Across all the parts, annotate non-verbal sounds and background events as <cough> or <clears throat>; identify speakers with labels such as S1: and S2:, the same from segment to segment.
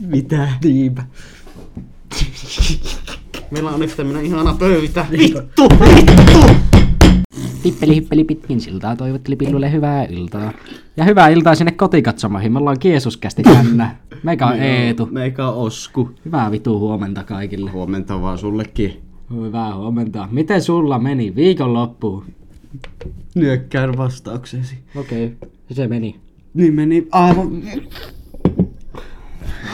S1: Mitä?
S2: Niinpä.
S1: Meillä on yhtä minä ihana pöytä.
S2: Niinpä.
S1: Vittu, vittu!
S2: Hippeli hippeli pitkin siltaa toivotteli pillulle hyvää iltaa. Ja hyvää iltaa sinne kotikatsomoihin. Me ollaan Kiesuskästi tänne. Meikä Niin on Eetu.
S1: Meikä on Osku.
S2: Hyvää vitu huomenta kaikille.
S1: Huomenta vaan sullekin.
S2: Hyvää huomenta. Miten sulla meni viikonloppuun?
S1: Nyökkään vastauksesi.
S2: Okei, okay. se meni.
S1: Niin meni aivan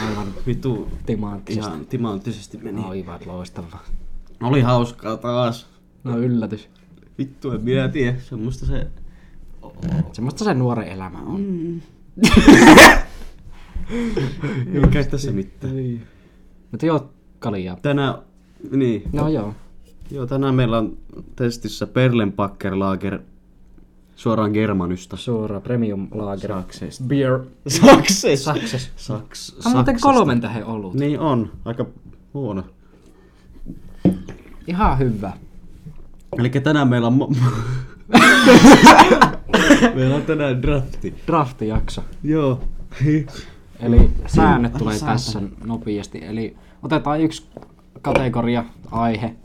S2: Aivan
S1: vitu
S2: timanttista.
S1: ihan timanttisesti meni.
S2: Aivan loistavaa.
S1: Oli hauskaa taas.
S2: No yllätys.
S1: Vittu en minä tiedä. Semmoista se...
S2: Semmoista se nuori elämä on.
S1: Ei käy tässä mitään.
S2: Mutta joo, kaljaa.
S1: Tänään... Niin.
S2: No joo.
S1: Joo, tänään meillä on testissä Perlenpacker Lager suoraan Germanysta.
S2: Suora premium lager.
S1: Sakseista.
S2: Beer.
S1: Saksessa.
S2: Sakses.
S1: Saks,
S2: On muuten
S1: Saksasta.
S2: kolmen tähän ollut.
S1: Niin on, aika huono.
S2: Ihan hyvä.
S1: Eli tänään meillä on... mo- <laughs> meillä on tänään drafti.
S2: Draftijakso.
S1: Joo.
S2: Eli
S1: Niin.
S2: säännöt tulee tässä nopeasti. Eli otetaan yksi kategoria, aihe,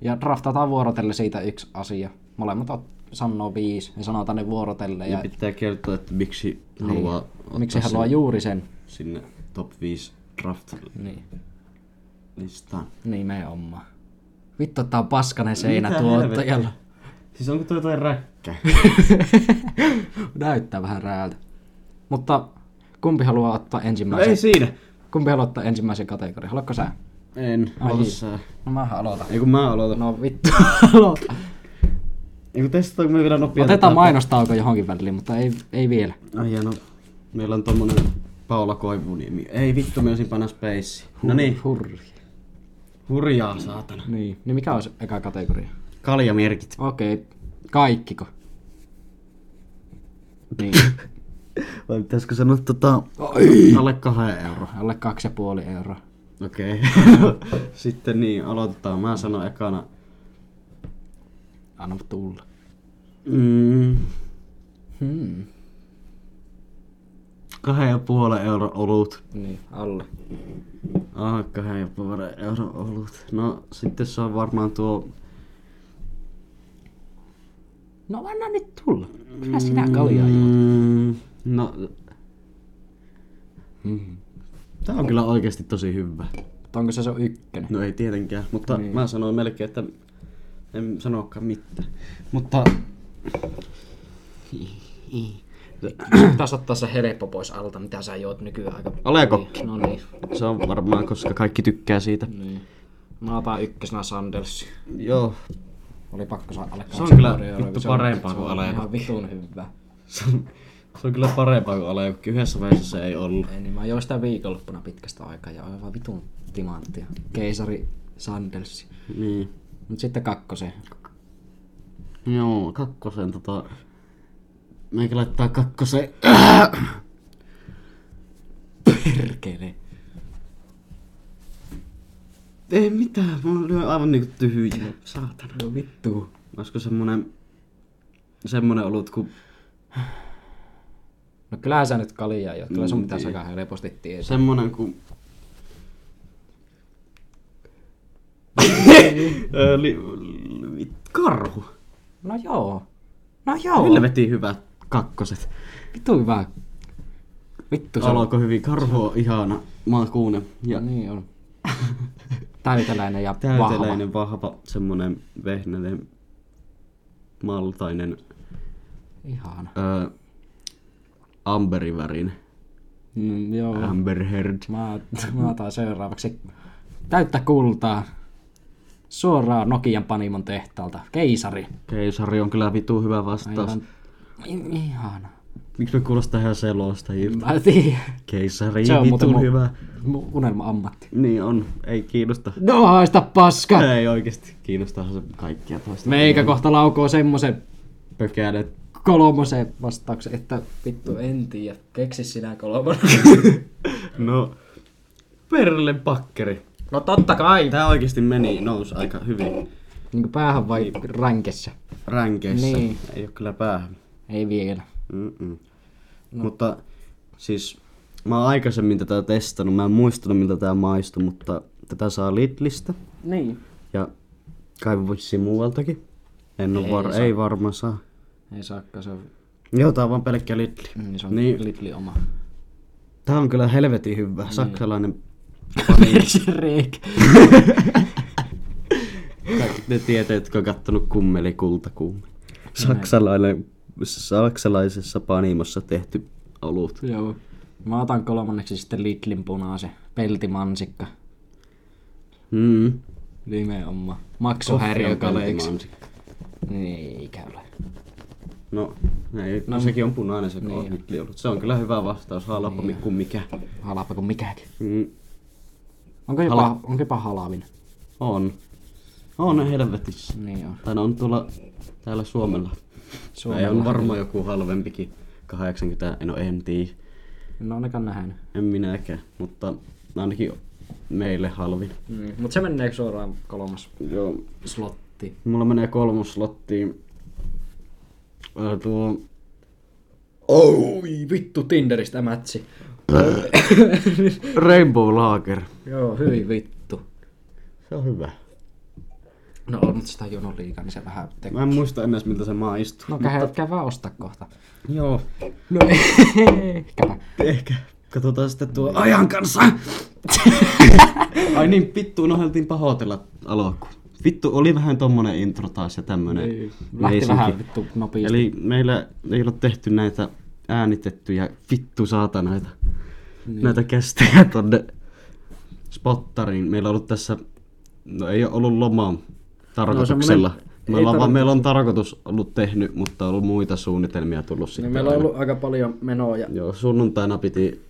S2: ja draftataan vuorotelle siitä yksi asia. Molemmat ot- sanoo viisi ja sanotaan ne vuorotelle. Ja,
S1: Ja pitää kertoa, että miksi niin. haluaa Niin ottaa
S2: miksi
S1: sen
S2: haluaa juuri sen?
S1: sinne top 5 draft
S2: Niin,
S1: listaan.
S2: nimenomaan. Vittu, tää on paskanen seinä tuottajalla. <laughs>
S1: Siis onko toi jotain räkkä?
S2: Näyttää vähän rääältä. Mutta kumpi haluaa ottaa
S1: No
S2: ensimmäisen?
S1: ei siinä.
S2: Kumpi haluaa ottaa ensimmäisen kategorian? Haluatko sä?
S1: En.
S2: Ai.
S1: Ota sä.
S2: No mä aloitan.
S1: Ei kun mä <laughs> aloitan.
S2: No vittu, aloita.
S1: Ei kun testataanko me vielä nopea.
S2: Otetaan mainostauko johonkin väliin, mutta ei, ei vielä.
S1: Ai no. hieno. Meillä on tommonen Paula Koivuniemi. Ei vittu, me olisin panna space. No niin,
S2: Hurri.
S1: hurjaa saatana.
S2: Niin. Niin mikä olisi eka kategoria?
S1: Kaljamerkit.
S2: Okei. Kaikkiko? <laughs> Niin.
S1: Vai pitäisikö sanoa tota... Alle kahden euro.
S2: Alle kaksi ja puoli euroa.
S1: Okei. <laughs> Okay. Sitten niin, aloitetaan. Mä sanon ekana.
S2: Anna tulla.
S1: Mm,
S2: Hmm.
S1: kahden ja puolen euro olut.
S2: Niin, alle.
S1: Ah, kahden ja puolen euro olut. No, sitten se on varmaan tuo...
S2: No anna nyt tulla. Kyllä sinä kaljaa juot.
S1: Mm, no... Tää on kyllä oikeasti tosi hyvä.
S2: Mutta Onko se se ykkönen?
S1: No ei tietenkään, mutta niin. mä sanoin melkein, että en sanokaan mitään. Mutta
S2: <clears throat> Pitäis ottaa se helppo pois alta, mitä sä juot nykyään aika...
S1: Aleeko?
S2: No niin.
S1: Se on varmaan, koska kaikki tykkää siitä.
S2: niin. Mä otan ykkösenä Sandelsi.
S1: Joo.
S2: Oli pakko saada alle
S1: Se on
S2: kaksi
S1: kyllä
S2: puoli euroa,
S1: vittu
S2: se on-
S1: parempaa
S2: se
S1: kuin
S2: on
S1: Aleeko.
S2: Ihan vitun hyvä.
S1: Se on, se on kyllä parempaa kuin Alekki. Yhdessä vaiheessa se ei ollut.
S2: Ei niin, mä join sitä viikonloppuna pitkästä aikaa ja aivan vitun timanttia. Keisari Sandelsi.
S1: Niin.
S2: Mut sitten kakkosen.
S1: Joo, kakkosen tota... Meikä laittaa kakkosen...
S2: Perkele.
S1: ei mitään, mulla lyö aivan niinku tyhjiä. Saatana.
S2: No vittu.
S1: Olisiko semmonen... Semmonen ollut kuin...
S2: No kyllähän sä nyt kaljaa jo. Kyllä sun pitää aika helposti tietää.
S1: Semmonen <laughs> kuin... Ö, li, li, karhu.
S2: No joo. No joo.
S1: Helvetin hyvät kakkoset.
S2: Vittu hyvä. Vittu se on.
S1: Alkoi hyvin. Karhu on ihana makuunen ja
S2: Niin on. Täyteläinen ja vahva.
S1: täyteläinen, vahva, vahva semmonen vehnäinen, maltainen,
S2: Ihana.
S1: öö, amberivärin,
S2: Mm, joo.
S1: Amber Heard.
S2: Mä, mä otan seuraavaksi täyttä kultaa. Suoraan Nokian Panimon tehtaalta. Keisari.
S1: Keisari on kyllä vitu hyvä vastaus.
S2: Aivan. I- Ihana.
S1: Miksi me kuulostaa ihan selostajilta?
S2: Mä en tiedä.
S1: Keisari,
S2: Mm. Se on muuten
S1: vitu
S2: mun-
S1: hyvä.
S2: Mun unelma-ammatti.
S1: Niin on, ei kiinnosta.
S2: No haista paska!
S1: Ei oikeesti, kiinnostaa se kaikkia toista.
S2: Meikä kohta laukoo semmosen
S1: Pökälet.
S2: kolmosen vastauksen, että vittu en tiedä. Keksi sinä kolmonen.
S1: No, perle pakkeri.
S2: <laughs> no totta kai!
S1: Tää oikeesti meni, nousi aika hyvin
S2: Niinku päähän vai ränkessä?
S1: ränkeissä.
S2: Niin.
S1: Ei oo kyllä päähän.
S2: Ei vielä.
S1: Mm-mm. No. Mutta siis mä oon aikaisemmin tätä testannut, mä en muistanut miltä tää maistui, mutta tätä saa Lidlistä
S2: Niin.
S1: ja kai vissiin muualtakin. En ei,
S2: Ei
S1: var-
S2: saa.
S1: ei varmaan saa.
S2: Ei saakka, se on,
S1: Joo, tää on vaan pelkkä Lidli.
S2: niin se on
S1: Niin.
S2: niin. Lidli <laughs> oma.
S1: Tää on kyllä helvetin
S2: Mm.
S1: hyvä, saksalainen.
S2: Niin. <laughs> Persereik.
S1: Kaikki ne tietää, jotka on kattonut kummeli kultakumme. Saksalainen, saksalaisessa panimossa tehty olut.
S2: Joo. Mä otan kolmanneksi sitten Lidlin punaisen. Peltimansikka.
S1: Mm.
S2: Nimenomaan. Maksuhäiriökaleiksi.
S1: Peltimansikka.
S2: Niin, eikä ole.
S1: No, ei, no, sekin on punainen se niin. Lidli ollut. Se on kyllä hyvä vastaus, halpa niin. kuin mikä.
S2: Halapa kuin mikäkin.
S1: Mm.
S2: Onko jopa, Hala. onko jopa halavin?
S1: On. On helvetissä.
S2: Niin on.
S1: Tai no on tuolla täällä Suomella. Suomella. Ei on varmaan joku halvempikin. 80, no en tiedä.
S2: En ole ainakaan nähnyt.
S1: En minäkään, mutta ainakin meille halvin.
S2: Mm, mutta se menee suoraan kolmas
S1: Joo.
S2: slotti.
S1: Mulla menee kolmoslottiin. Ää, tuo... Oi!
S2: Vittu Tinderistä mätsi.
S1: Rainbow Lager.
S2: Joo, hyvin vittu.
S1: Se on hyvä.
S2: No on nyt sitä jonon liikaa, niin se vähän tekee.
S1: Mä en muista enää mitä se maistuu.
S2: No käy, käy vaan ostaa kohta.
S1: Joo.
S2: No <laughs> ehkäpä.
S1: Ehkä. Katsotaan sitten tuo ajan kanssa. Ai niin, vittu, unohdeltiin pahoitella alkuun. Vittu, oli vähän tommonen intro taas ja tämmönen.
S2: Niin, Lähti
S1: meisinki.
S2: vähän vittu nopeasti.
S1: Eli meillä ei ole tehty näitä äänitettyjä vittu saatanaita, niin. näitä kästejä tonne spottariin. Meillä on ollut tässä, no ei ole ollut lomaa tarkoituksella.
S2: semmonen-
S1: No, me
S2: ei
S1: ollaan, vaan,
S2: tarkoitus- No,
S1: meillä on tarkoitus ollut tehnyt, mutta on ollut muita suunnitelmia tullut sitten. aina.
S2: ollut aika paljon menoa ja...
S1: Joo, sunnuntaina piti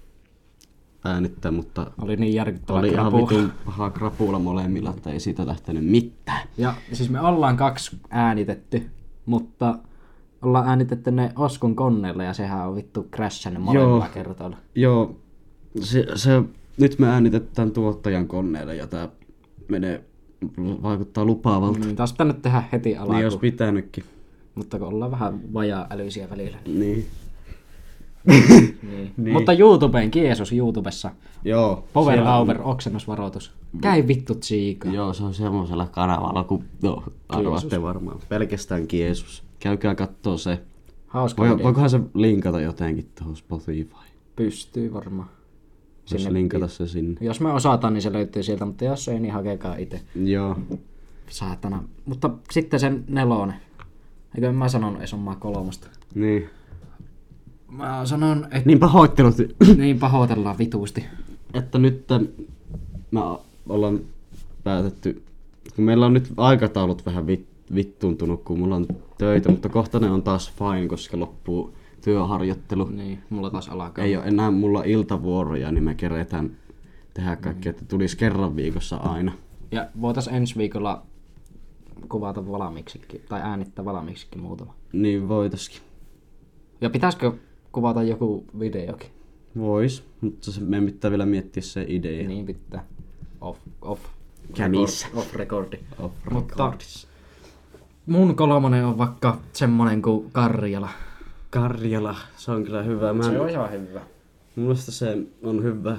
S1: äänittää, mutta
S2: Oli niin järkyttävä
S1: oli ihan
S2: krapu.
S1: vitun paha krapula molemmilla, että ei siitä lähtenyt mitään.
S2: Ja siis me ollaan kaksi äänitetty, mutta ollaan äänitetty ne Oskon koneella ja sehän on vittu crashannut molemmilla
S1: Joo.
S2: kertoilla.
S1: Joo, se, se, nyt me äänitetään tuottajan koneelle ja tää menee, vaikuttaa lupaavalta.
S2: Niin taas pitänyt tehdä heti alkuun,
S1: Niin
S2: niin
S1: jos pitänytkin.
S2: mutta kun ollaan vähän vajaa älyisiä välillä.
S1: Niin.
S2: Niin. niin. Mutta YouTubeen, Jeesus YouTubessa,
S1: Joo.
S2: Power Hour oksennusvaroitus. Käy vittu tsiika.
S1: Joo, se on semmoisella kanavalla, kun no, arvaatte varmaan. Pelkästään Jeesus. Käykää kattoo se.
S2: Hauska
S1: Voi,
S2: video.
S1: voikohan se linkata jotenkin tuohon Spotify?
S2: Pystyy varmaan.
S1: Jos linkata se sinne.
S2: Jos me osataan, niin se löytyy sieltä, mutta jos ei, niin hakekaa itse.
S1: Joo.
S2: Saatana. Mutta sitten sen nelonen. Eikö mä sanonut edes omaa kolmosta?
S1: Niin.
S2: Mä sanon, että
S1: Niin pahoittelut,
S2: niin pahoitellaan vituusti.
S1: <coughs> että nyt me ollaan päätetty, kun meillä on nyt aikataulut vähän vit, vittuuntunut, kun mulla on töitä, mutta kohta ne on taas fine, koska loppuu työharjoittelu.
S2: Niin, mulla taas alkaa.
S1: Ei ole enää mulla iltavuoroja, niin me keretään tehdä kaikkea, että tulisi kerran viikossa aina.
S2: Ja voitais ensi viikolla kuvata valmiiksikin, tai äänittää valmiiksikin muutama.
S1: Niin voitoskin.
S2: Ja pitäisikö kuvata joku videokin?
S1: Vois, mutta se, meidän pitää vielä miettiä se idea.
S2: Niin pitää. Off, off.
S1: Kämissä.
S2: Record, off recordi.
S1: Off
S2: Mutta
S1: recordissa.
S2: mun kolmonen on vaikka semmonen kuin Karjala.
S1: Karjala, se on kyllä hyvä. Mä en-
S2: ihan hyvä.
S1: Mun mielestä se on hyvä,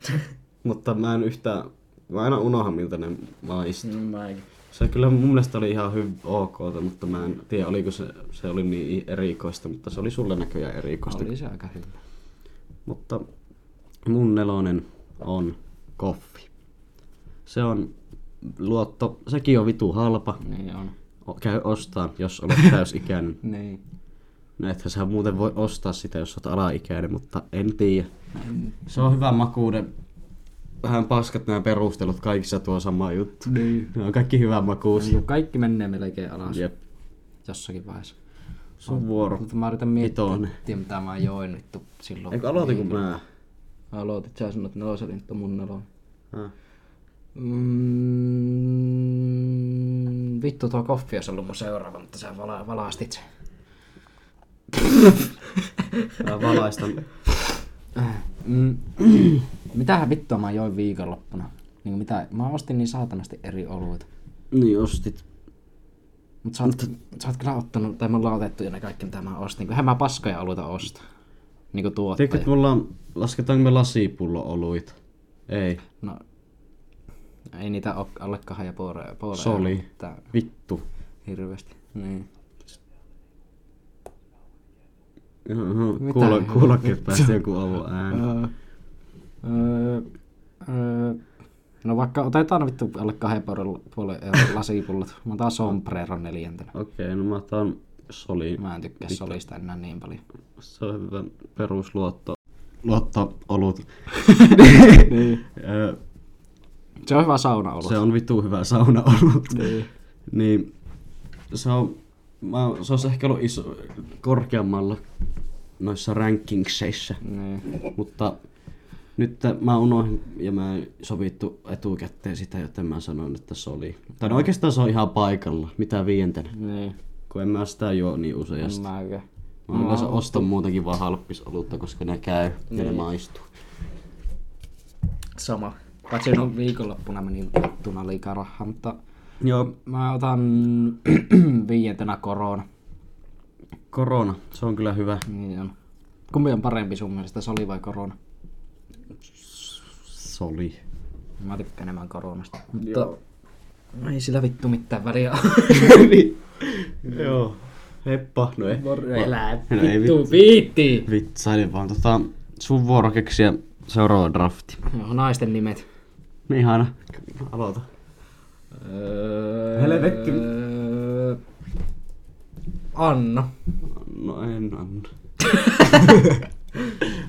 S1: <laughs> mutta mä en yhtään, mä aina unohan miltä ne maistuu.
S2: No, mä eikin.
S1: Se kyllä mun mielestä oli ihan hyv- ok, mutta mä en tiedä oliko se, se oli niin erikoista, mutta se oli sulle näköjään erikoista.
S2: Oli se aika hyvä.
S1: Mutta mun nelonen on koffi. Se on luotto, sekin on vitu halpa.
S2: Niin on.
S1: O- Käy ostaa, jos olet täysikäinen.
S2: Niin.
S1: No ethän sä muuten voi ostaa sitä, jos oot alaikäinen, mutta en tiedä. Se on hyvä makuuden. Vähän paskat nämä perustelut, kaikissa tuo sama juttu.
S2: Niin.
S1: Ne on kaikki hyvä makuus.
S2: Kaikki menee melkein alas
S1: Jep.
S2: jossakin vaiheessa.
S1: Sun vuoro.
S2: Mutta mä yritän miettiä,
S1: Vitonen.
S2: tiedä, mitä mä join vittu silloin.
S1: Eikö aloitinko mä?
S2: Aloitit, sä sanoit nelosen, että mun nelonen.
S1: Häh?
S2: Mm, vittu tuo koffi olisi ollut mun seuraava, mutta sä vala, valaastit sen.
S1: Mä valaistan.
S2: Mm. Mitähän vittua mä join viikonloppuna? Niin mitä, mä ostin niin saatanasti eri oluita.
S1: niin ostit.
S2: Mut sä oot, sä oot kyllä ottanut, tai me ollaan otettu jo ne kaikki mitä mä ostin, kunhan mä paskoja oluita ostan. niinku tuottaja.
S1: Tiedätkö, että me ollaan, lasketaanko me lasipullo oluita? Ei,
S2: No, ei niitä ole alle kahden ja puoleen. puoleen
S1: Soli.
S2: Mutta
S1: vittu.
S2: hirveästi. Niin.
S1: Joo,
S2: Mitä
S1: Kuulo,
S2: helvettiä?
S1: kuulokkeet päästä joku avun ääni.
S2: Öö, öö, öö, no vaikka otetaan vittu alle kahden puolen, puolen euron lasipullot. Mä otan sombrero neljäntenä.
S1: Okei, no mä otan soli.
S2: Mä en tykkää solista enää niin paljon.
S1: Se on hyvä perusluotto. Luotto olut. Öö,
S2: Se on hyvä sauna ollut.
S1: se on vitu hyvä sauna ollut. niin se on, mä, se olisi ehkä ollut iso, korkeammalla noissa rankingseissä.
S2: Niin.
S1: Mutta nyt mä unohdin ja mä en sovittu etukäteen sitä, joten mä sanon, että se oli. Tai no oikeastaan se on ihan paikalla, mitä viientenä.
S2: Niin.
S1: Kun en mä sitä juo niin
S2: En
S1: useasti.
S2: Mä oikein.
S1: Mä Niin. yleensä ostan muutenkin vaan halppisolutta, koska ne käy ja ne maistuu.
S2: Sama. Paitsi no viikonloppuna meni vittuna liikaa rahaa, mutta
S1: Joo,
S2: mä otan <clears throat> viientenä korona.
S1: korona, se on kyllä hyvä.
S2: Niin on. Kumpi on parempi sun mielestä, soli vai korona?
S1: <laughs> Soli.
S2: Mä tykkään enemmän koronasta. Mutta ei sillä vittu mitään väliä <laughs>
S1: Niin. Joo. Heppa, no ei.
S2: Elää
S1: No ei
S2: vittu viitti!
S1: Vitsailin vaan tota, sun vuoro keksiä seuraava drafti.
S2: Joo, naisten nimet.
S1: No ihana. Aloita.
S2: Öö,
S1: Helvetti.
S2: öö, Anna.
S1: No en <laughs> anna.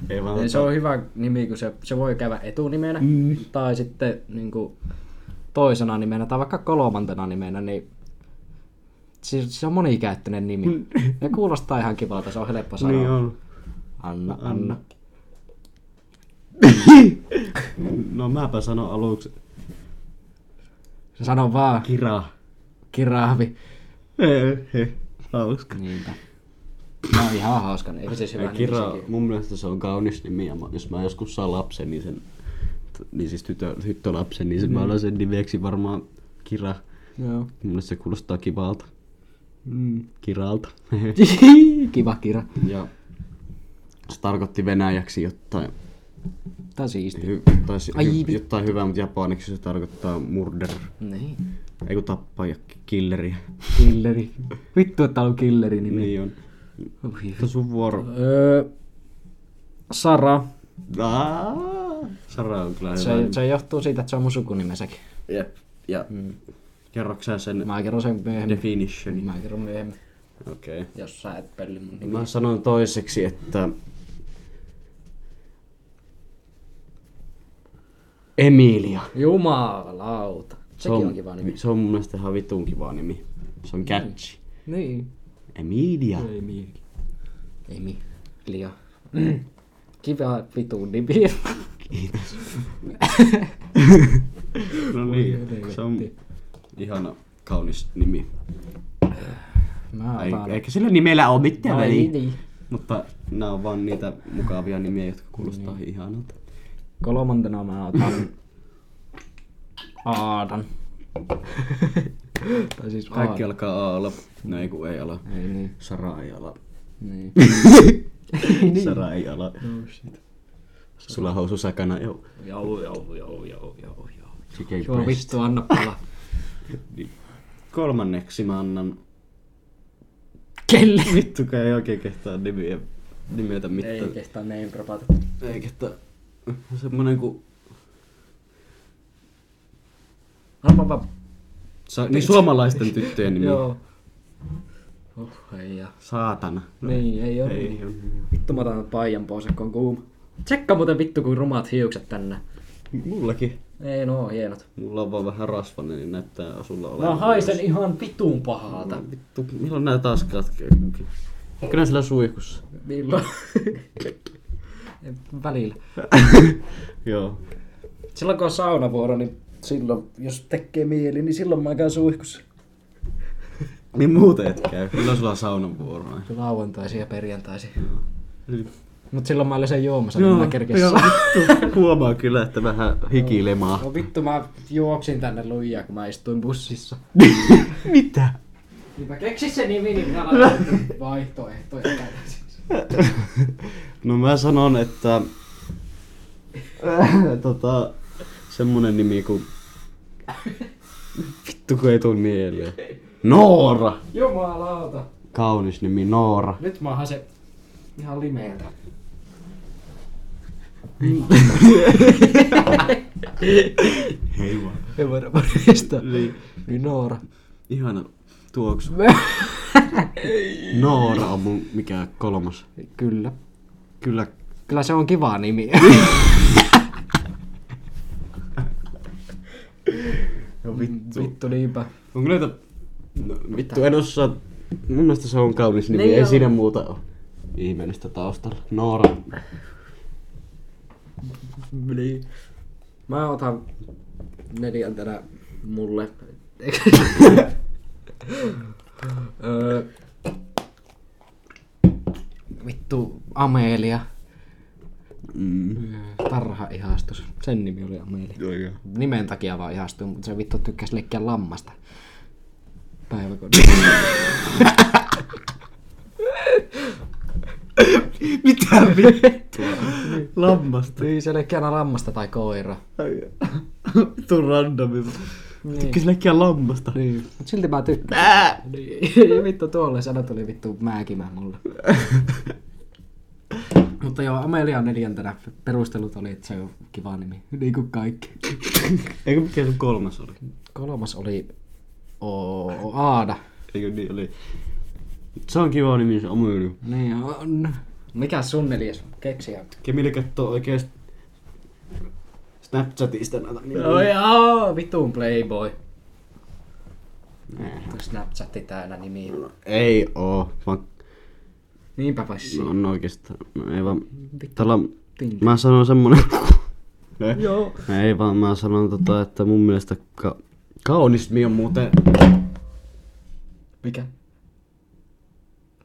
S1: ei vaan.
S2: Se on hyvä nimi, kun se, se voi käydä etunimenä mm. tai sitten niin kuin, toisena nimenä tai vaikka kolmantena nimenä, niin se, se on monikäyttöinen nimi. Ne kuulostaa ihan kivalta, se Mm. on helppo sanoa.
S1: Niin on.
S2: Anna, Anna.
S1: No mäpä sanon aluksi.
S2: Sano vaan,
S1: Kira.
S2: kirahvi.
S1: Hauska.
S2: Niinpä. No ihan hauska, eikö se siis hyvä
S1: Kira, mun mielestä se on kaunis nimi ja mä, jos mä joskus saan lapsen, niin sen, t- niin siis tytö, tyttölapsen, niin sen,
S2: Mm.
S1: mä olen sen nimeksi varmaan Kira.
S2: Joo.
S1: Mun mielestä se kuulostaa kivalta.
S2: Mm. <laughs>
S1: Kiralta.
S2: Kiva kira.
S1: ja se tarkoitti venäjäksi jotain,
S2: Tää siisti.
S1: hy, tai, si-
S2: Ai
S1: hy,
S2: vittu.
S1: jotain hyvää, mutta japaniksi se tarkoittaa murder.
S2: Niin.
S1: Ei kun tappaa ja k- killeri.
S2: Killeri. Vittu, että on killeri
S1: <laughs>
S2: nimi.
S1: niin on. Mutta sun vuoro.
S2: Öö, Sara.
S1: Aa, Sara on kyllä
S2: Se,
S1: hyvä. nimi.
S2: se johtuu siitä, että se on mun sukunimesäkin.
S1: Jep. Ja mm. kerroksä sen
S2: Mä kerron sen myöhemmin.
S1: definition?
S2: Mä kerron myöhemmin,
S1: Okei. Okay.
S2: jos sä et pölli mun nimi.
S1: Niin Mä sanon toiseksi, että... Emilia.
S2: Jumalauta.
S1: Se
S2: Sekin on,
S1: on,
S2: kiva nimi.
S1: se on mun mielestä ihan vitun kiva nimi. Se on catchy.
S2: Niin.
S1: Emilia.
S2: Ei mieli. Ei mi. Lia. <clears throat> Kiva vitun nimi.
S1: Kiitos. no niin, se on ihana, kaunis nimi.
S2: Mä
S1: Ei,
S2: otan.
S1: eikä sillä nimellä ole mitään
S2: Ai
S1: väliä.
S2: niin.
S1: Mutta nämä on vaan niitä mukavia nimiä, jotka kuulostaa niin. ihanalta.
S2: Kolmantena mä otan Aadan. tai siis
S1: Kaikki alkaa A olla. No ei kun ei ala.
S2: Aadan. Ei niin.
S1: Sara ei
S2: <laughs>
S1: ala.
S2: niin.
S1: Sara ei ala.
S2: Oh,
S1: No shit. Sulla on housu sakana, joo.
S2: Jau, jau, jau, jau, jau, jau.
S1: Chicken
S2: Joo,
S1: breast.
S2: vittu, anna pala.
S1: Niin. Kolmanneksi mä annan...
S2: <laughs> Kelle?
S1: Vittu, kun ei oikein kehtaa nimiä, nimetä mitään.
S2: Ei kehtaa name dropata.
S1: Eikä, että semmonen ku...
S2: Anna vaan.
S1: Sa- niin suomalaisten tyttöjen nimi.
S2: Joo. Oh, ei ja.
S1: Saatana. No,
S2: Niin, ei oo.
S1: ei, oo. niin.
S2: Vittu mä otan paijan pois, kun on kuuma. Tsekkaa muuten vittu kuin rumat hiukset tänne.
S1: Mullakin.
S2: Ei no, hienot.
S1: Mulla on vaan vähän rasvanen, niin näyttää sulla olevan.
S2: Mä haisen ihan vitun pahalta.
S1: Vittu, milloin nää taas katkee? Kyllä sillä suihkussa.
S2: <laughs> Milloin? Välillä.
S1: <laughs> Joo.
S2: Silloin kun on saunavuoro, niin silloin, jos tekee mieli, niin silloin mä käyn suihkussa.
S1: Niin muuten et käy. Milloin sulla on saunan vuoro? aina?
S2: Lauantaisin ja perjantaisin. Mut silloin mä olen sen juomassa, niin mä kerkes
S1: joo, vittu, huomaa kyllä, että vähän
S2: <laughs>
S1: hikilemaa.
S2: No vittu, mä juoksin tänne lujaa, kun mä istuin bussissa.
S1: Mitä?
S2: Niin mä keksin sen nimi, niin minä laitan vaihtoehtoja.
S1: <laughs> No mä sanon, että <laughs> tota, semmonen nimi kuin... <laughs> Vittu kun ei tuu mieleen. Noora!
S2: Jumalauta.
S1: Kaunis nimi Noora.
S2: Nyt mä oonhan se ihan limeeltä.
S1: Hei vaan.
S2: Ei voida paristaa. Niin. Niin Noora.
S1: Ihana
S2: <laughs>
S1: tuoksu. Noora on mun mikä kolmas.
S2: Kyllä.
S1: Kyllä.
S2: Kyllä se on kiva <laughs> nimi.
S1: No
S2: Vittu niinpä.
S1: Onko näitä... No, vittu en osaa... Mun mielestä se on kaunis nimi,
S2: Niin
S1: ei
S2: on.
S1: siinä muuta oo. Ihmeellistä taustalla. Noora.
S2: Niin. Mä otan neljäntenä <laughs> mulle. Öö, Vittu, Amelia.
S1: Mm.
S2: Tarha ihastus. Sen nimi oli Amelia. Nimen takia vaan ihastui, mutta se vittu tykkäsi leikkiä lammasta. Päiväkodissa.
S1: Mitä vittua? <laughs> Lammasta.
S2: niin, se leikki aina lammasta tai koira.
S1: Vittu randomi. Tykkäs läkkiä lammasta.
S2: Niin. Mut silti Niin. mä tykkään.
S1: Ää!
S2: Niin. vittu tuolle sana tuli vittu määkimään mulle. Mutta joo, Amelia on neljäntenä. Perustelut oli, että se on kiva nimi. Niin kuin kaikki.
S1: Eikö mikä sun kolmas oli?
S2: Kolmas oli o Aada.
S1: Eikö niin oli? Se on kiva nimi se Amyly.
S2: Niin on. Mikä sun neljäs? Keksiä.
S1: Kemille kattoo oikeesti Snapchatista näitä
S2: No joo, vitun playboy. Snapchatti täällä nimi.
S1: Ei oo, vaan
S2: Niinpä passi.
S1: no, on oikeastaan. No, ei vaan. Täällä on-
S2: Tinder.
S1: mä sanon semmonen. <laughs> No,
S2: Joo.
S1: ei vaan mä sanon tota, että mun mielestä ka- kaunis nimi on muuten.
S2: Mikä?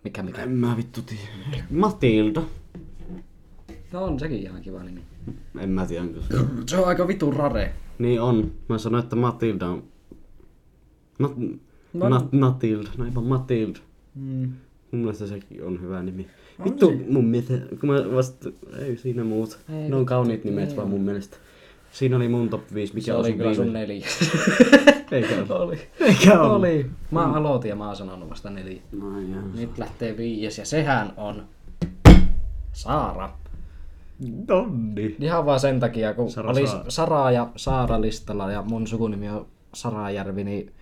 S2: Mikä mikä?
S1: En mä vittu tiedä. Matilda.
S2: No on sekin ihan kiva nimi.
S1: En mä tiedä onko se.
S2: Se on aika vitun rare.
S1: Niin on. Mä sanoin, että Matilda on... Nat...
S2: No-
S1: Nat... Natilda. No ei vaan Matilda.
S2: Mm.
S1: Mun mielestä sekin on hyvä nimi. Vittu mun mielestä, kun mä vasta... Ei siinä muuta.
S2: Ei
S1: ne on kauniit nimet vaan mun mielestä. Siinä oli mun top 5, mikä
S2: Se
S1: on
S2: oli
S1: sun
S2: kyllä sun
S1: viimeinen.
S2: neljä.
S1: <laughs>
S2: <laughs>
S1: Eikä ole.
S2: oli.
S1: <laughs> Eikä Mm. ole.
S2: Oli. Mä aloitin ja mä oon sanonut vasta neljä.
S1: No joo.
S2: Nyt lähtee viides ja sehän on Saara. Niin.
S1: Donni.
S2: Ihan vaan sen takia, kun
S1: Sara
S2: Sara oli
S1: Saara.
S2: Saraa ja Saara listalla ja mun sukunimi on Sarajärvi, niin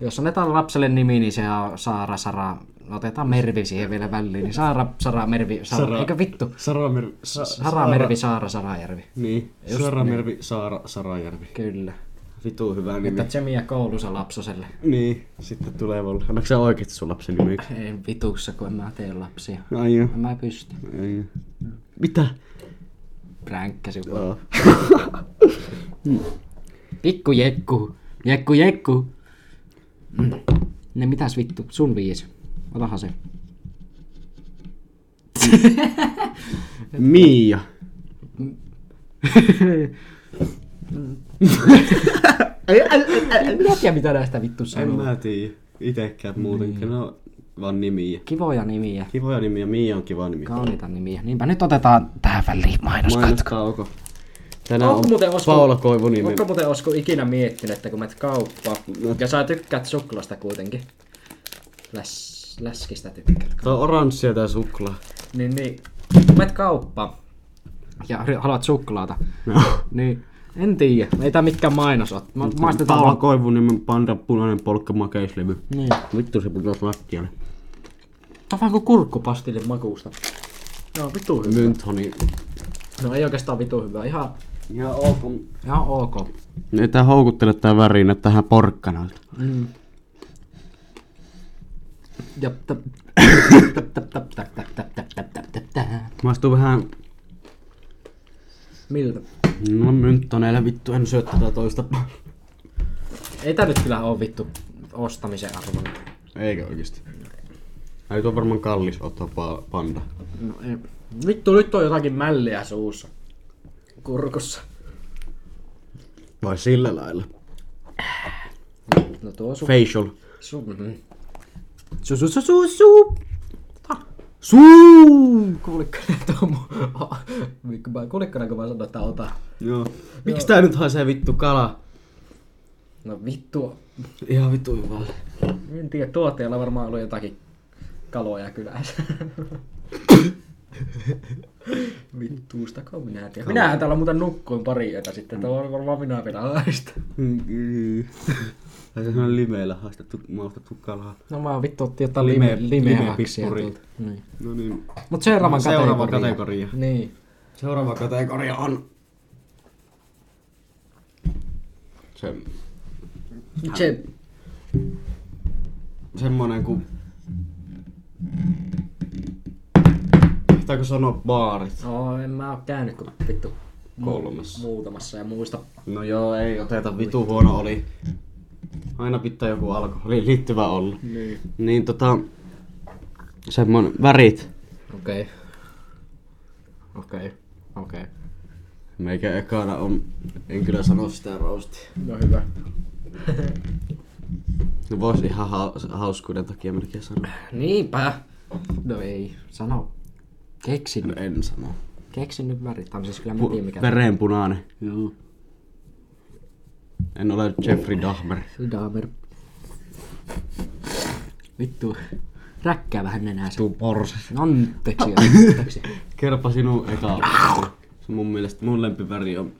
S2: jos annetaan lapselle nimi, niin se on Saara, Sara, no otetaan Mervi siihen vielä väliin, niin Saara, Sara, Mervi, Saara,
S1: Sara.
S2: eikö vittu?
S1: Saramervi. Sa-
S2: Sara, Mervi, Saara, Sarajärvi.
S1: Niin. Saramervi, Saara, Sarajärvi.
S2: Kyllä.
S1: Vitu hyvä nimi.
S2: Että Tsemiä koulussa lapsoselle.
S1: Niin. Sitten tulee volle. Annaks sä oikeesti sun lapsen nimeksi?
S2: Ei vitussa, kun en mä tee lapsia.
S1: Ai joo.
S2: En mä pysty.
S1: Ei. Mitä?
S2: Pränkkäsi vaan.
S1: Oh.
S2: Pikku jekku. Jekku jekku. Mm. Ne mitäs vittu? Sun viisi. Otahan se.
S1: Miia.
S2: Minä tiedä mitä näistä vittu
S1: En
S2: sanoo.
S1: mä tiedä. Itekään muutenkin. No, vaan nimiä.
S2: Kivoja nimiä.
S1: Kivoja nimiä. Miia on kiva nimi.
S2: Kauniita nimiä. Niinpä nyt otetaan tähän väliin mainoskatko.
S1: Mainostauko. Tänään on Paula Koivuniemi.
S2: Onko muuten Osku ikinä miettinyt, että kun menet kauppaan, ja sä tykkäät suklaasta kuitenkin. Läs, läskistä tykkäät.
S1: Tää on oranssia tää suklaa.
S2: Niin, niin. Kun menet kauppaan ja ry- haluat suklaata, niin en tiedä. Ei tää mikään mainos oo. Ma- maistetaan
S1: Paula
S2: vaan.
S1: Koivuniemen panda punainen polkka makeislevy.
S2: Niin.
S1: Vittu se putosi lattialle.
S2: Tää on vähän kuin kurkkupastille makuusta. Joo, vitu hyvä.
S1: Mynthoni.
S2: No ei oikeastaan vitu hyvä. Ihan,
S1: Ihan ok.
S2: ihan ok.
S1: Ei tää houkuttele tää värinä tähän porkkanalta.
S2: Mm. Ja täp, täp, täp, täp, täp, täp, täp, täp, täp, täp, täp, täp.
S1: Maistuu vähän...
S2: Miltä?
S1: No mynttoneille vittu en syö tätä toista.
S2: Ei tää nyt kyllä oo vittu ostamisen arvoinen.
S1: Eikä oikeesti. Ei tuo varmaan kallis ottaa pa- panda.
S2: No, ei. Vittu, nyt on jotakin mälliä suussa. Kurkussa.
S1: Vai sillä lailla.
S2: No tuo su...
S1: Facial.
S3: Ah.
S2: su... mhm. Su su su su su. Ta.
S1: Suu!
S3: Kuuliko ne Tomu? ah. Kuuliko mä- Kuuliko ne, kun mä sanoin, että ota?
S1: Joo. Miksi tää nyt haisee vittu kala?
S3: No vittu.
S1: Ihan vittu hyvää. <laughs>
S3: En tiedä, tuottajalla on varmaan ollut jotakin kaloja kylässä. <laughs> Vittuustako minä en tiedä. Minähän täällä muuten nukkuin pari yötä sitten. Tuo on varmaan minä vielä haista.
S1: Tai se on limeillä haistettu, maustettu kalaa.
S2: No mä vittu otti jotain
S1: Lime-
S2: lime, limehaksia.
S1: limepippuri.
S2: tuolta. Niin.
S1: No niin.
S2: Mut seuraava,
S1: Seuraava
S2: kategoria.
S1: kategoria.
S2: Niin.
S1: Seuraava kategoria on... Se,
S3: Se,
S1: semmonen kuin... Pitääkö sanoa baarit?
S3: no en mä oo käynyt kun vittu
S1: Kolmessa.
S3: muutamassa ja muista.
S1: No joo, ei oteta vitu huono oli. Aina pitää joku alkoholiin liittyvä olla.
S3: Niin.
S1: Niin tota... Semmonen värit.
S2: Okei. Okei. Okei.
S1: Meikä ekana on... En kyllä sano sitä roastia.
S3: No hyvä.
S1: No vois ihan ha- hauskuuden takia melkein sanoa.
S3: Niinpä.
S2: No ei, sano. Keksin,
S1: No en sano.
S2: keksin nyt värit. Tai siis kyllä mä tiedän mikä.
S1: Pu- verenpunainen.
S2: Joo.
S1: En ole Jeffrey Dahmer.
S2: Dahmer. Vittu. Räkkää vähän nenäänsä. No
S1: Tuu porses.
S2: Anteeksi, anteeksi.
S1: Kerpa sinun eka. Se mun mielestä mun lempiväri on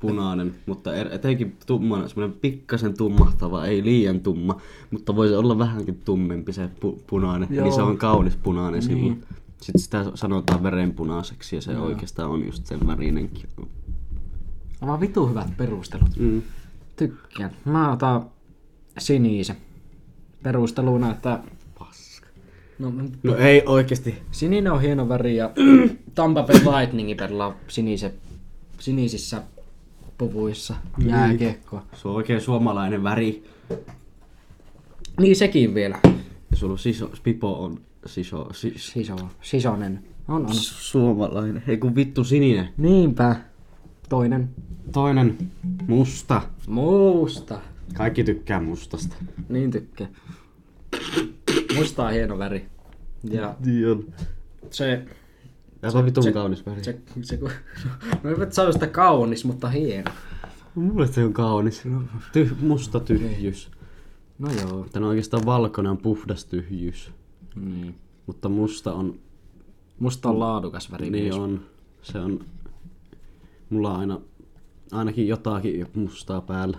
S1: punainen, mutta er- etenkin tumma, semmoinen pikkasen tummahtava, ei liian tumma, mutta voisi olla vähänkin tummempi se pu- punainen, Joo. niin se on kaunis punainen niin. silloin. Sitten sitä sanotaan verenpunaiseksi ja se Joo. oikeastaan on just sen värinenkin.
S2: Aivan No vitu hyvät perustelut.
S1: Mm.
S2: Tykkään. Mä otan sinisen. Perusteluna, että
S1: Paska.
S3: No
S1: No ei oikeesti.
S2: sininen on hieno väri ja <clears throat>
S3: Tampa Bay Lightningi
S2: pelaa sinise, sinisissä puvuissa jääkiekkoa.
S1: Se on oikein suomalainen väri.
S3: Niin sekin vielä.
S1: Ja sulla on siso, pipo on siso, sis,
S2: Siso, sisonen. On, on.
S1: Suomalainen. Ei kun vittu sininen.
S2: Niinpä. Toinen.
S1: Toinen musta.
S3: Muusta.
S1: Kaikki tykkää mustasta.
S2: Niin tykkää.
S3: Musta on hieno väri. Ja
S1: Dion.
S3: se,
S1: Ja se on vitun kaunis väri.
S3: se, se kun, <laughs> no ei nyt sano sitä kaunis, mutta hieno.
S1: Mun mielestä se on kaunis. Tyh, musta tyhjyys.
S2: No joo.
S1: Mutta no oikeastaan valkoinen on puhdas tyhjyys.
S2: Niin.
S1: Mutta musta on...
S2: Musta on laadukas väri.
S1: Niin on. Se on... Mulla on aina... Ainakin jotakin mustaa päällä.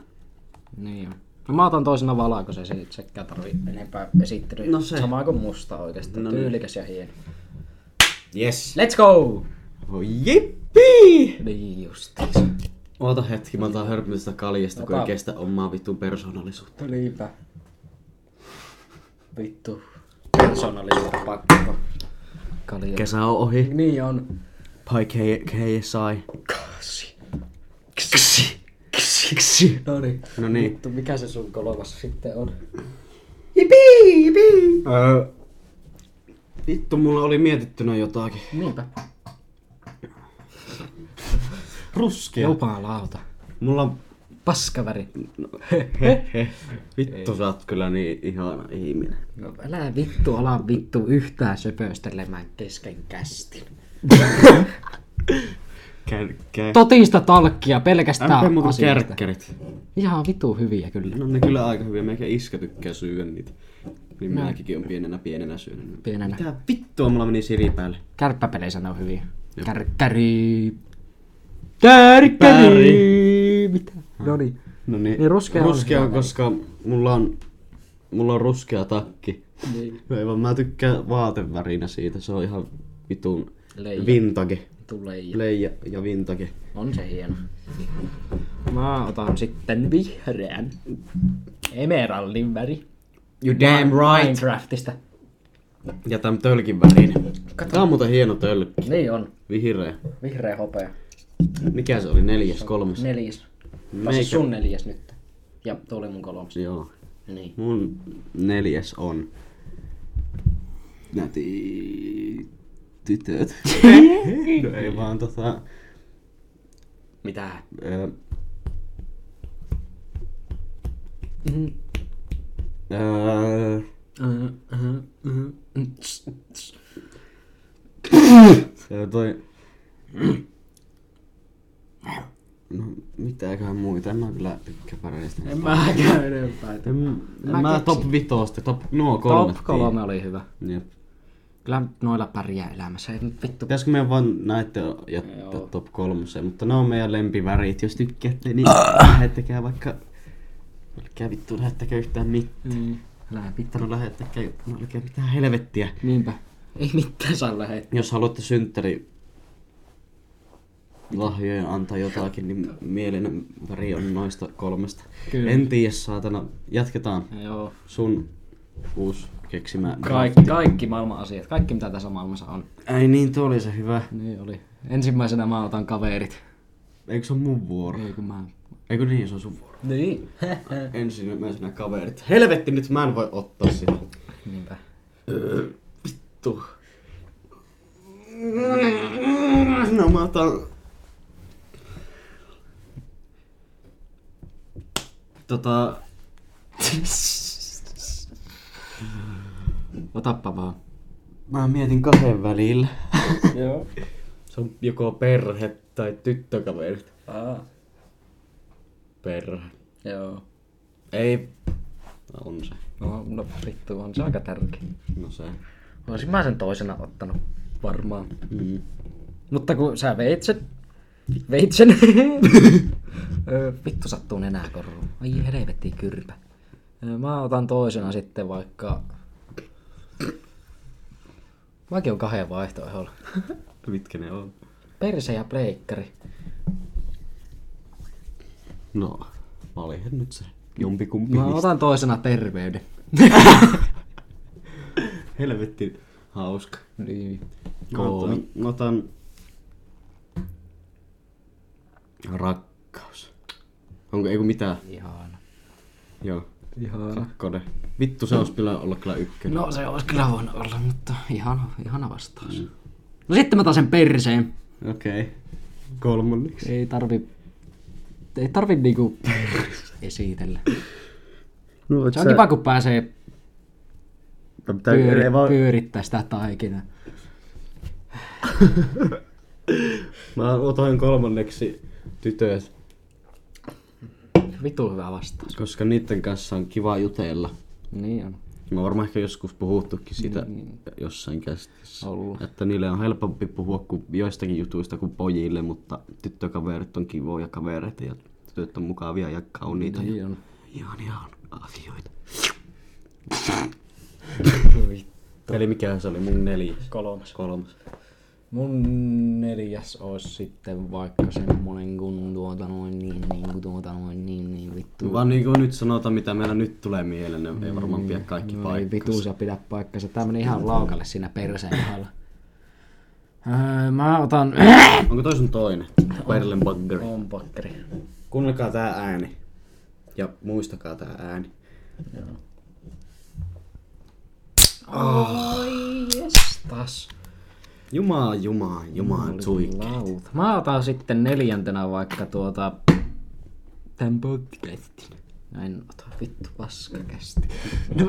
S2: Niin on. No mä otan toisena valkoisen, se sekään tarvii
S3: Enempää esittelyä.
S1: No se.
S3: Sama kuin musta oikeastaan.
S1: No
S3: No
S1: niin.
S3: Tyylikäs ja hieno.
S1: Yes.
S3: Let's go!
S1: Oh, jippi!
S3: Niin just.
S1: Oota hetki, mä otan hörpytystä kaljasta, kun ei
S3: Ota.
S1: kestä omaa vitun persoonallisuutta.
S3: No Niinpä. Vittu. Persoonallisuutta pakko.
S2: kalja.
S1: Kesä on ohi.
S3: Niin on.
S1: Pai KSI.
S3: Kasi.
S1: Ksi. Ksi. Ksi.
S3: No niin.
S1: No niin.
S3: Vittu, mikä se sun kolmas sitten on?
S1: Jipi, jipi. Öö. Vittu, mulla oli mietittynä jotakin.
S3: Niinpä.
S1: Ruskea.
S2: Jumalauta.
S1: Mulla on...
S2: Paskaväri.
S1: He, he. <laughs> Vittu, sä oot kyllä niin ihana ihminen.
S2: No älä vittu ala vittu yhtään söpöstelemään kesken kästin.
S1: Kärkkä.
S2: Totista talkkia pelkästään
S1: MP muuten
S2: asioista.
S1: kärkkärit.
S2: Ihan vitu hyviä kyllä.
S1: No ne kyllä aika hyviä. Meikä iskä tykkää syödä niitä. Niin minäkin on pienenä pienenä syönyt.
S2: Pienenä.
S1: Mitä vittua mulla meni siri päälle?
S2: Kärppäpeleissä ne on hyviä. Kärkkäri.
S1: Kärkkäri.
S2: Mitä? No niin.
S1: No niin.
S2: Niin ruskea on
S1: ruskea on, koska mulla on, mulla on ruskea takki. Niin. No ei vaan mä tykkään vaatevärinä siitä, se on ihan vitun
S3: Leija.
S1: vintage.
S3: Tulee ja
S1: Leija ja vintage.
S3: on se hieno.
S2: Mä otan sit.
S3: Sitten vihreän. Emeraldin väri.
S1: You damn right!
S3: Minecraftista.
S1: Ja tämän tölkin värin. Tää on muuten hieno tölkki.
S3: Niin on.
S1: Vihreä.
S3: Vihreä hopea.
S1: Mikä se oli? Neljäs, kolmas?
S3: Neljäs. Tai
S1: Meikä.
S3: siis sun neljäs nyt. Ja tuo oli mun kolmas.
S1: Joo.
S3: Niin.
S1: Mun neljäs on... Näti... Tytöt. no ei vaan tota...
S3: Mitä?
S1: Ö,
S3: äh,
S1: Öö, toi... <clears throat> No, mitäköhän muita, en mä kyllä tykkää pareista.
S3: En mä käy enempää.
S1: En, mä,
S2: Mä
S1: mä
S2: keksin.
S1: top vitosta, top nuo kolme. Niin.
S2: Top kolme oli hyvä.
S1: Jep.
S2: Kyllä nyt noilla pärjää elämässä, ei nyt vittu.
S1: Pitäisikö meidän vaan näitä jättää
S3: Joo.
S1: top kolmoseen, mutta ne on meidän lempivärit. Jos tykkäätte, niin lähettäkää vaikka... Älkää vittu lähettäkää yhtään mitään.
S2: Mm.
S3: Niin.
S2: Älä vittu.
S1: No lähettäkää, no älkää mitään helvettiä.
S2: Niinpä.
S3: Ei mitään saa lähettää.
S1: Jos haluatte synttäri lahjoja antaa jotakin, niin mielinen väri on noista kolmesta.
S2: Kyllä.
S1: En tiedä, saatana. Jatketaan
S2: Joo.
S1: sun uusi keksimä.
S2: Kaikki, kaikki maailman asiat, kaikki mitä tässä maailmassa on.
S1: Ai niin, tuo oli se hyvä.
S2: Niin oli. Ensimmäisenä mä otan kaverit.
S1: Eikö se ole mun vuoro?
S2: Ei kun mä...
S1: Eikö niin, se on sun vuoro.
S3: Niin.
S1: Ensimmäisenä kaverit. Helvetti, nyt mä en voi ottaa sitä.
S2: Niinpä.
S1: Vittu. No mä otan... Tota...
S2: Otappa vaan.
S1: Mä mietin kahden välillä.
S3: Joo.
S1: Se on joko perhe tai tyttökaverit.
S3: Aa.
S1: Perhe.
S3: Joo.
S1: Ei. On se.
S2: No, no vittu, on se aika tärkeä.
S1: No se.
S2: Olisin mä sen toisena ottanut. Varmaan.
S1: Mm.
S2: Mutta kun sä veit sen... Veit sen. <laughs> Ö, vittu sattuu nenää korruun. Ai helvetti kyrpä. Ö, Mä otan toisena sitten vaikka... Mäkin on kahden vaihtoehdolla.
S1: Mitkä ne on?
S2: Perse ja pleikkari.
S1: No, olihan nyt se. Jompikumpi.
S2: Mä otan toisena terveyden.
S1: Helvetti hauska.
S2: Niin.
S1: Mä otan, mä otan... Rakkaus. Onko, ei kun mitään.
S2: Ihana.
S1: Joo.
S2: Ihana.
S1: Kakkonen. Vittu, se olisi kyllä olla kyllä ykkönen.
S2: No se olisi kyllä voinut olla, mutta ihana, ihana vastaus. No sitten mä otan sen perseen.
S1: Okei. Okay. Kolmanneksi.
S2: Ei tarvi... Ei tarvi <laughs> niinku esitellä.
S1: No,
S2: Se on kiva, kun pääsee pyöri, pyörittää sitä taikinaa.
S1: Mä otan kolmanneksi tytöt,
S2: Vitu hyvä vastaus.
S1: koska niiden kanssa on kiva jutella.
S2: Niin on.
S1: Mä oon varmaan ehkä joskus puhuttukin siitä
S2: Niin.
S1: jossain kästissä.
S2: Ollut.
S1: Että niille on helpompi puhua kuin joistakin jutuista kuin pojille, mutta tyttökaverit on kivoja kavereita ja tytöt on mukavia ja kauniita ja
S2: Niin on.
S1: ihania asioita. Eli mikä se oli mun neljäs?
S3: Kolmas.
S1: Kolmas.
S2: Mun neljäs olisi sitten vaikka semmonen kun tuota noin niin, niin kuin tuota noin niin, niin vittu.
S1: Vaan niin kuin nyt sanotaan, mitä meillä nyt tulee mieleen, ne Mm. ei varmaan pidä kaikki
S2: No ei
S1: paikkaa.
S2: vitu sä pidä paikkansa. Tää meni ihan laukalle siinä perseen alla. Öö, mä otan...
S1: Onko toi sun toinen? Perlen buggeri.
S3: On pakkari.
S1: Kuunnelkaa tää ääni. Ja muistakaa tää ääni.
S2: Taas.
S1: Jumaa, jumaa, jumaa, suikki.
S2: Lauta. Mä otan sitten neljäntenä vaikka tuota... Tän podcastin. Näin ota vittu paskakästi. No.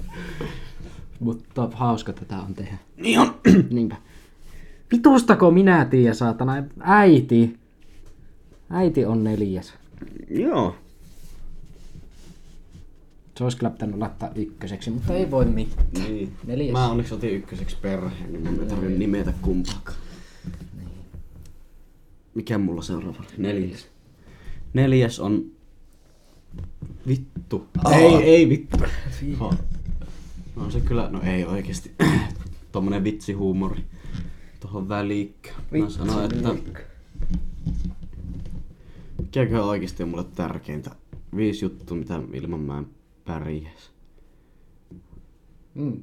S2: <laughs> Mutta hauska tätä on tehdä.
S1: Niin on.
S2: <clears throat>
S1: <clears throat>
S2: Niinpä. Vitustako minä tiedä, saatana. Äiti. Äiti on neljäs.
S1: Joo.
S2: Se olisi kyllä pitänyt laittaa ykköseksi, mutta ei voi mitään.
S1: Niin.
S2: Neljäs.
S1: Mä onneksi otin ykköseksi perheen, niin mun ei tarvinnut nimetä kumpaakaan. Mikä mulla seuraava oli? Neljäs. Neljäs on... Vittu. Ei, ei vittu. No, no se kyllä, no ei oikeesti. <clears throat> Tommonen vitsihuumori. Tohon väliikkä. Mä sanon, että... Mikäkö oikeesti on mulle tärkeintä? Viisi juttu, mitä ilman mä en pärjäs.
S2: Mm.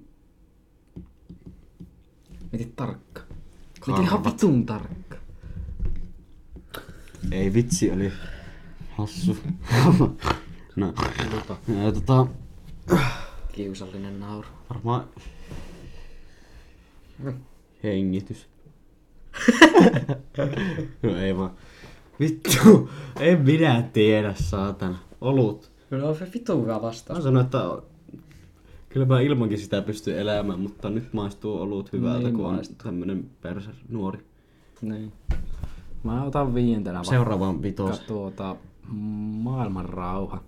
S2: Miti tarkka. Miti
S1: Karvat.
S2: ihan vitun tarkka.
S1: Ei vitsi, oli hassu. <laughs> no. Ja, tota,
S2: Kiusallinen nauru.
S1: varmaan... <laughs> Hengitys. no ei vaan. Vittu, en minä tiedä, saatana. Olut.
S3: Kyllä on se vitu hyvä
S1: Mä
S2: No
S3: vastaus.
S1: sanoin, että Kyllä mä ilmankin sitä pystyy elämään, mutta nyt maistuu ollut hyvältä,
S2: Niin
S1: niin kun on tämmönen perse nuori.
S2: Niin. Mä otan viientenä vaikka
S1: Seuraavaan vitos.
S2: tuota maailman rauha.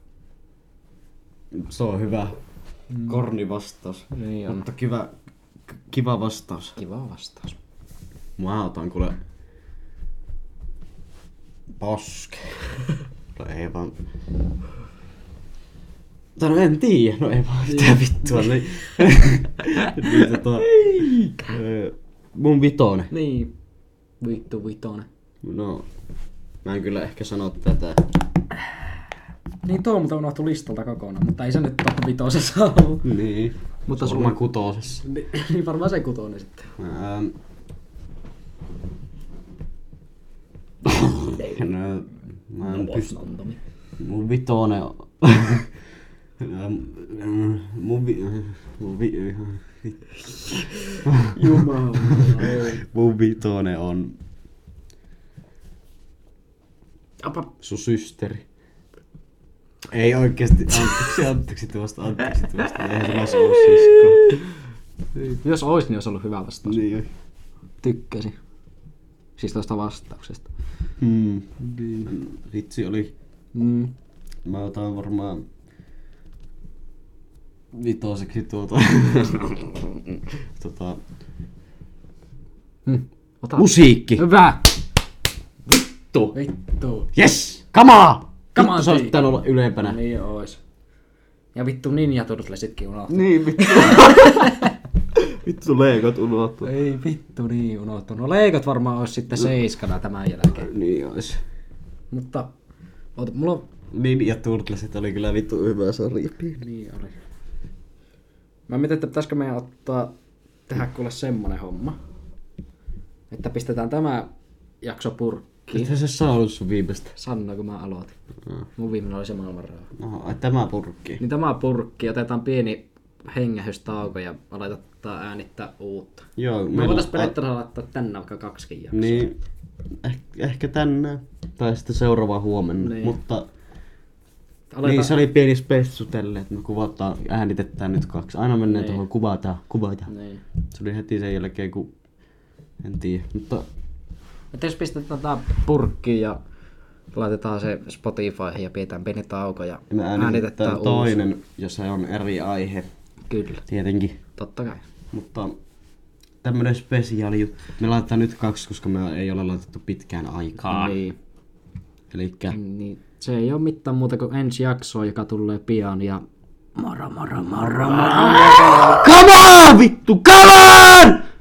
S1: Se on hyvä. Korni vastaus.
S2: Niin on.
S1: Mutta kiva, kiva vastaus.
S2: Kiva vastaus.
S1: Mä otan kuule...
S2: <laughs>
S1: Paske. No ei vaan... Tai no en tiedä, no ei vaan mitään vittua. Niin,
S2: <laughs>
S1: niin tota, ö, mun vitonen.
S2: Niin. Vittu vitonen.
S1: No, mä en kyllä ehkä sano tätä.
S3: Niin tuo mutta unohtui listalta kokonaan, mutta ei se nyt top vitosessa ollut.
S1: Niin.
S2: Mutta
S1: Mutta
S2: sulla-
S1: sulla kutosessa.
S3: Ni- niin varmaan se kutonen sitten.
S1: Ähm. No, mä en pysty.
S3: Antomi.
S1: Mun vitonen on... Ähm, ähm, <laughs> mun vi... Mun vi...
S3: Jumala.
S1: Mun vitonen on
S3: Apa.
S1: sun systeri. Ei oikeesti, anteeksi, anteeksi tuosta, anteeksi tuosta, eihän se ole sun sisko.
S2: Jos ois, niin olisi ollut hyvä vastaus.
S1: Niin.
S2: Tykkäsin. Siis tosta vastauksesta.
S1: Hmm. Vitsi oli
S2: Mm.
S1: Mä otan varmaan vitoseksi tuota. tota,
S2: Mm. Ota.
S1: musiikki.
S2: Hyvä!
S1: Vittu.
S3: Vittu.
S1: Yes! Kamaa!
S3: Come on,
S1: Vittu, sä
S3: Jake.
S1: olisit täällä olla ylempänä.
S3: Niin ois. Ja vittu Ninja Turtlesitkin unohtui.
S1: Niin, <laughs> vittu. vittu leikot unohtu.
S2: Ei vittu niin unohtunut. No leikot varmaan olisi sitten seiskana tämän jälkeen.
S1: Niin ois.
S3: Mutta oota, mulla on...
S1: Niin, ja Turtlesit oli kyllä vittu hyvä sarja.
S3: Niin oli. Mä mietin, että pitäisikö meidän ottaa tehdä kuule semmonen homma. Että pistetään tämä jakso purkkiin.
S1: Eihän se saa ollut sun viimeistä.
S2: Sanna, kun mä aloitin.
S1: Mm.
S2: Mun viimeinen oli se maailmanrauha.
S1: Oho, No, ai tämä purkki.
S2: Niin tämä purkki, otetaan pieni hengähystauko ja aloitetaan äänittää uutta.
S1: Joo,
S2: Me
S1: meillä-
S2: voitaisiin periaatteessa laittaa tänne vaikka kaksikin jaksoa.
S1: Niin, eh- ehkä tänään. Tai sitten seuraava huomenna.
S2: Niin.
S1: Mutta
S2: Aloita-
S1: Niin, se oli pieni spessu tälle, että me kuvataan, äänitetään nyt kaksi. Aina mennään
S2: Niin.
S1: tuohon, kuvataan, kuvataan.
S2: Niin.
S1: Se oli heti sen jälkeen, kun en tiedä. Mutta
S2: Että jos pistetään tää purkkiin ja laitetaan se Spotifyhin ja pidetään pieni tauko ja
S1: me äänitetään toinen, ja se on eri aihe
S2: uusi. Kyllä,
S1: tietenkin.
S2: totta kai.
S1: Mutta tämmönen spesiaali juttu. Me laitetaan nyt kaksi, koska me ei ole laitettu pitkään aikaa.
S2: Niin,
S1: Elikkä
S2: niin, se ei ole mitään muuta kuin ensi jaksoa, joka tulee pian ja moro moro moro moro.
S1: Come on, vittu, come on!